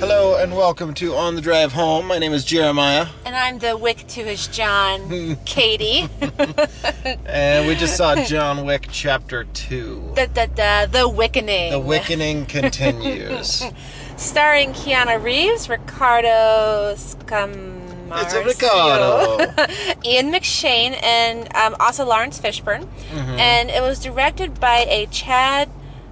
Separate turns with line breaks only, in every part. Hello and welcome to On the Drive Home. My name is Jeremiah,
And I'm the wick to his John, Katie.
and we just saw John Wick Chapter 2.
da, da, da, the Wickening.
The Wickening continues.
Starring Keanu Reeves, Ricardo Scamarcio.
It's a Ricardo.
Ian McShane, and um, also Lawrence Fishburne.
Mm-hmm.
And it was directed by a Chad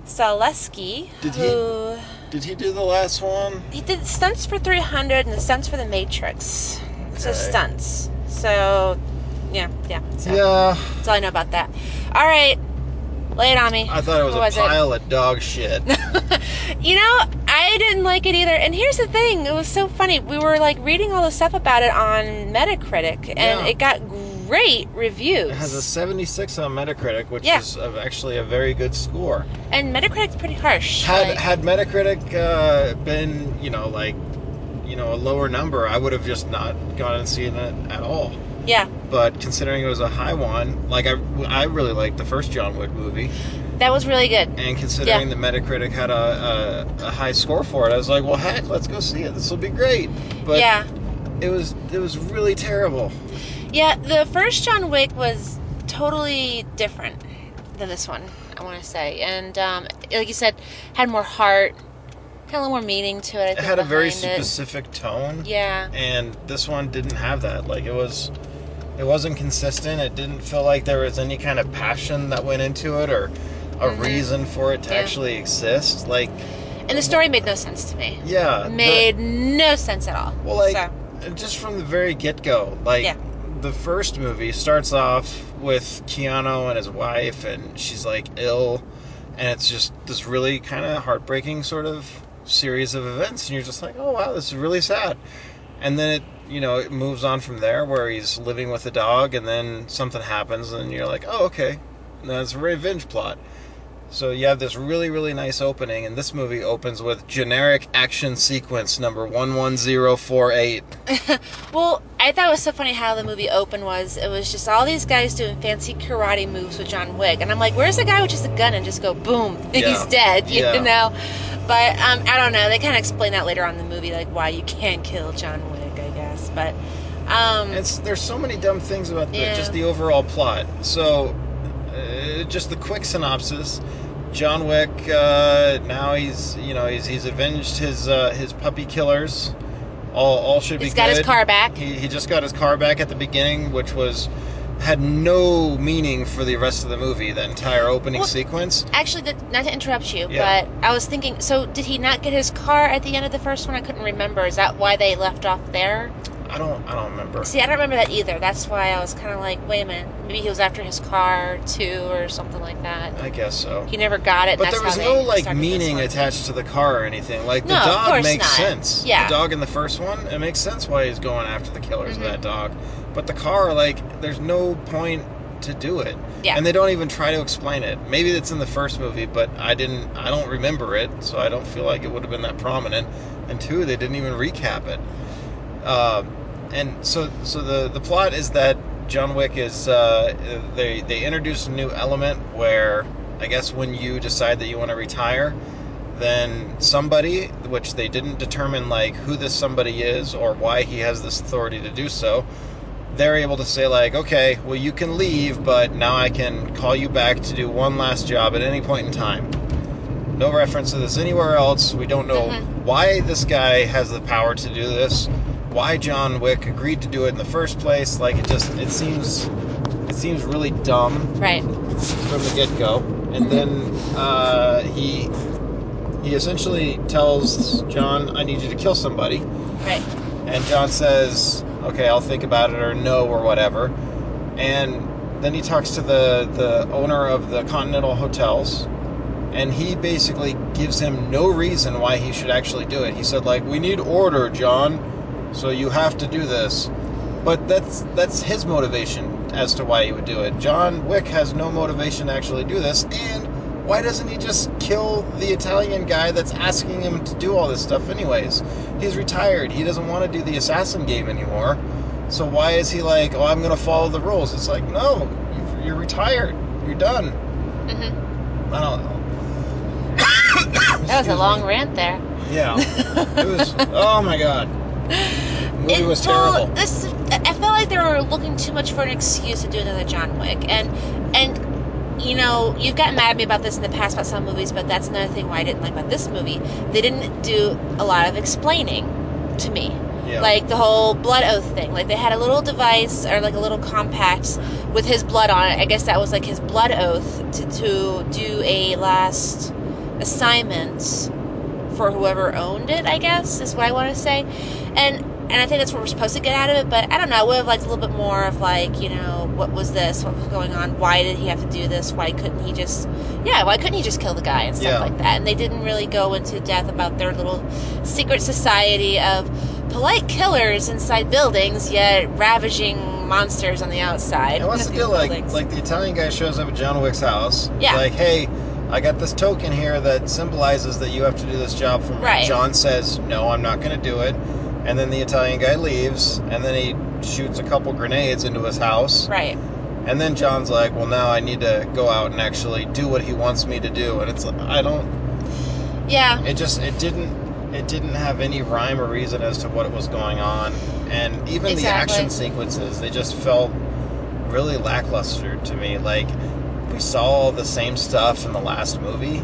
Zaleski,
Did he-
who...
Did he do the last one?
He did stunts for 300 and the stunts for the Matrix. So
Okay.
stunts. So, yeah, yeah. So
Yeah.
That's all I know about that. All right, lay it on me.
I thought it was
What
a pile of dog shit.
You know, I didn't like it either. And here's the thing: it was so funny. We were like reading all this stuff about it on Metacritic, and
Yeah.
it got great reviews.
It has a 76 on Metacritic, which
Yeah.
is a, actually a very good score.
and Metacritic's pretty harsh.
Had
like-
had Metacritic uh, been, you know, like, you know, a lower number, I would have just not gone and seen it at all.
yeah,
But considering it was a high one, like I, I really liked the first John Wick movie,
that was really good.
and considering
Yeah.
the Metacritic had a, a, a high score for it, I was like, well, heck, let's go see it. This will be great. But
yeah,
it was it was really terrible.
yeah. The first John Wick was totally different than this one. I want to say, and um, like you said, had more heart, had a little more meaning to it. I
It
think,
had a very
behind it.
specific tone,
Yeah.
and this one didn't have that. Like it was, it wasn't consistent. It didn't feel like there was any kind of passion that went into it or a reason for it to
Mm-hmm. Yeah.
actually exist. Like
And the story made no sense to me.
yeah, the-
Made no sense at all.
Well, like
So,
just from the very get go, like
Yeah.
the first movie starts off with Keanu and his wife, and she's like ill, and it's just this really kind of heartbreaking sort of series of events, and you're just like, oh wow, this is really sad, and then it. You know, it moves on from there where he's living with a dog, and then something happens, and you're like, "Oh, okay, now it's a revenge plot." So you have this really, really nice opening, and this movie opens with generic action sequence number one one zero four eight.
well, I thought it was so funny how the movie opened was it was just all these guys doing fancy karate moves with John Wick, and I'm like, where's the guy with just a gun and just go boom, and
Yeah.
he's dead, you
Yeah.
know? But um, I don't know. They kind of explain that later on in the movie, like why you can't kill John Wick, I guess. But um,
It's there's so many dumb things about the,
Yeah.
just the overall plot. So, uh, just the quick synopsis: John Wick uh, now he's you know he's he's avenged his uh, his puppy killers. All all should be
He's got his
good.
car back.
He he just got his car back at the beginning, which was had no meaning for the rest of the movie. That entire opening
Well-
sequence.
actually, the, not to interrupt you,
Yeah.
but I was thinking. So, did he not get his car at the end of the first one? I couldn't remember. Is that why they left off there?
I don't I don't remember.
See, I don't remember that either. That's why I was kind of like, wait a minute, maybe he was after his car too, or something like that.
I guess so.
He never got it. and
But
that's
there was
how
no
they
like
started this
meaning
one.
attached to the car or anything. Like the
No, of
dog
course
makes
not.
sense.
Yeah.
The dog in the first one, it makes sense why he's going after the killers with that dog. But the car, like, there's no point to do it.
Yeah.
And they don't even try to explain it. Maybe it's in the first movie, but I didn't I don't remember it, so I don't feel like it would have been that prominent. And two, they didn't even recap it. Um, and so, so the the plot is that John Wick is uh, they they introduce a new element where I guess when you decide that you want to retire, then somebody, which they didn't determine like who this somebody is or why he has this authority to do so, they're able to say like, okay, well you can leave, but now I can call you back to do one last job at any point in time. No reference to this anywhere else. We don't know why this guy has the power to do this, why John Wick agreed to do it in the first place. Like it just it seems it seems really dumb
Right.
from the get go, and then uh, he he essentially tells John, "I need you to kill somebody,"
Right.
and John says, "Okay, I'll think about it," or "No," or whatever, and then he talks to the the owner of the Continental Hotels. And he basically gives him no reason why he should actually do it. He said, like, we need order, John, so you have to do this. But that's that's his motivation as to why he would do it. John Wick has no motivation to actually do this, and why doesn't he just kill the Italian guy that's asking him to do all this stuff anyways? He's retired. He doesn't want to do the assassin game anymore. So why is he like, "Oh, I'm going to follow the rules?" It's like, "No, you're- you're retired. You're done."
hmm
I don't know.
That was a long rant there.
Yeah. it was. Oh my god. The movie
It-
was
well,
terrible.
this I felt like they were looking too much for an excuse to do another John Wick, and and you know you've gotten mad at me about this in the past about some movies, but that's another thing why I didn't like about this movie. They didn't do a lot of explaining to me,
Yeah.
like the whole blood oath thing. Like they had a little device or like a little compact with his blood on it. I guess that was like his blood oath to to do a last assignment for whoever owned it, I guess, is what I want to say. And and I think that's what we're supposed to get out of it, but I don't know, I would have liked a little bit more of like, you know, what was this? What was going on? Why did he have to do this? Why couldn't he just Yeah, why couldn't he just kill the guy and stuff
Yeah.
like that? And they didn't really go into depth about their little secret society of polite killers inside buildings yet ravaging monsters on the outside.
And what's
of
the
these
deal? Like,
buildings.
like the Italian guy shows up at John Wick's house. He's
Yeah.
Like, hey, I got this token here that symbolizes that you have to do this job for me.
Right.
John says, no, I'm not going to do it. And then the Italian guy leaves, and then he shoots a couple grenades into his house.
Right.
And then John's like, well, now I need to go out and actually do what he wants me to do. And it's like, I don't.
Yeah.
It just it didn't. It didn't have any rhyme or reason as to what was going on, and even the
Exactly.
action sequences they just felt really lackluster to me. Like we saw all the same stuff in the last movie.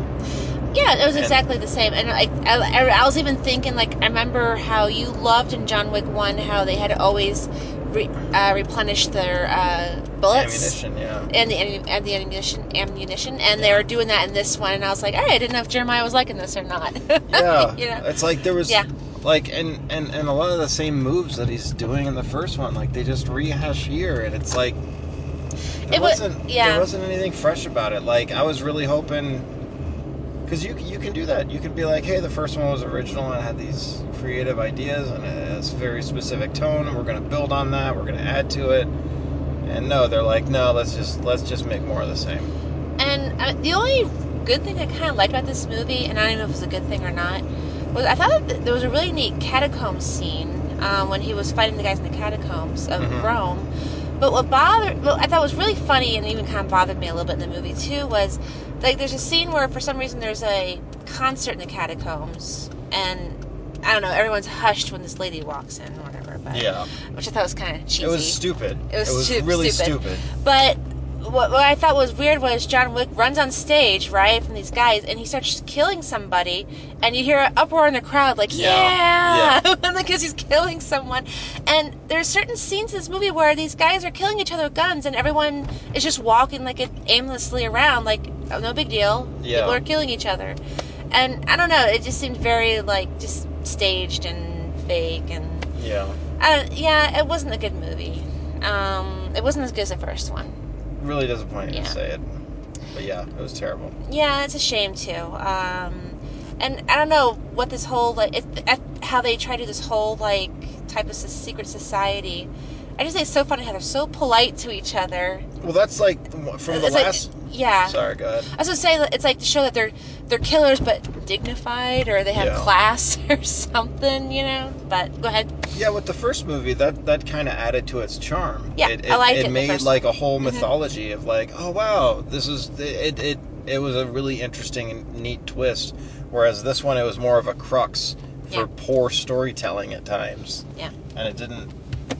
Yeah, it was
And-
exactly the same. And like, I, I, I was even thinking, like, I remember how you loved in John Wick 1 how they had to always re, uh, replenish their uh, bullets.
Ammunition, yeah.
And the, ammu- and the ammunition, ammunition, and they
Yeah.
were doing that in this one, and I was like, hey, I didn't know if Jeremiah was liking this or not.
Yeah.
you know?
It's like there was
Yeah.
like and, and and a lot of the same moves that he's doing in the first one, like they just rehash here and it's like there
It wa-
wasn't
yeah.
there wasn't anything fresh about it. Like I was really hoping because you you can do that. You can be like, hey, the first one was original and had these creative ideas and a, a very specific tone, and we're going to build on that. We're going to add to it. And no, they're like, no, let's just let's just make more of the same.
And uh, the only good thing I kind of liked about this movie, and I don't even know if it was a good thing or not, was I thought that there was a really neat catacomb scene um, when he was fighting the guys in the catacombs of
Mhm.
Rome. But what bothered, what I thought was really funny and even kind of bothered me a little bit in the movie too was like there's a scene where for some reason there's a concert in the catacombs, and I don't know, everyone's hushed when this lady walks in or whatever. But
Yeah,
which I thought was kind of cheesy.
it was stupid.
Uh, It was stu-
really stupid.
stupid. But what, what I thought was weird was John Wick runs on stage, right, from these guys, and he starts killing somebody, and you hear an uproar in the crowd, like, yeah,
Yeah,
because he's killing someone. And there's certain scenes in this movie where these guys are killing each other with guns, and everyone is just walking, like, aimlessly around, like, oh, no big deal.
Yeah.
People are killing each other. And I don't know, it just seemed very, like, just staged and fake and
Yeah,
uh, yeah, it wasn't a good movie. Um, it wasn't as good as the first one.
really disappointing
Yeah.
to say it, but yeah, it was terrible.
Yeah, it's a shame too. Um, and I don't know what this whole like it, it, how they try to do this whole like type of s- secret society. I just think it's so funny how they're so polite to each other.
Well, that's like the- from the
It's like-
last.
yeah.
Sorry, go ahead.
I was gonna say that it's like to show that they're they're killers, but dignified or they have
Yeah.
class or something, you know. But go ahead.
Yeah, with the first movie, that that kind of added to its charm.
Yeah,
it, it,
I liked it
it
in the
made
first Mm-hmm.
like a whole mythology of like, oh wow, this is it, it. It was a really interesting and neat twist. Whereas this one, it was more of a crux for
Yeah.
poor storytelling at times,
Yeah,
and it didn't.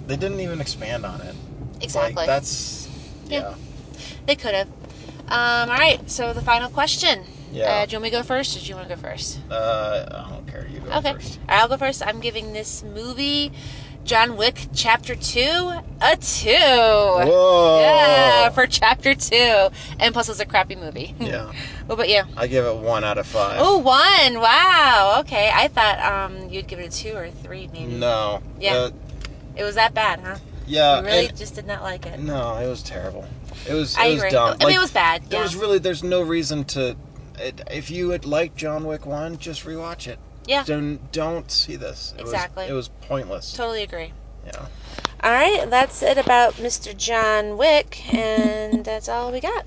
They didn't even expand on it.
exactly.
Like that's
Yeah.
yeah.
They could have. Um, all right, so the final question.
Yeah.
Uh, do you want me to go first or do you want to go first?
Uh, I don't care. You go
okay.
first.
All right, I'll go first. I'm giving this movie, John Wick Chapter 2, a 2.
Whoa.
Yeah, for Chapter 2. And plus, it's a crappy movie.
yeah.
what about you?
I give it one out of five.
Hmm. Oh, one. Wow. Okay. I thought um, you'd give it a 2 or a 3, maybe.
No.
Yeah.
Uh,
It was that bad, huh?
yeah.
you really
and-
just did not like it.
No, it was terrible. It was.
I
it was
agree.
dumb.
I mean,
Like,
it was bad.
There
yeah.
was really. There's no reason to. It, if you had liked John Wick one, just rewatch it.
Yeah.
Don't don't see this. It
Exactly.
Was, it was pointless.
Totally agree.
Yeah.
All right, that's it about Mr. John Wick, and that's all we got.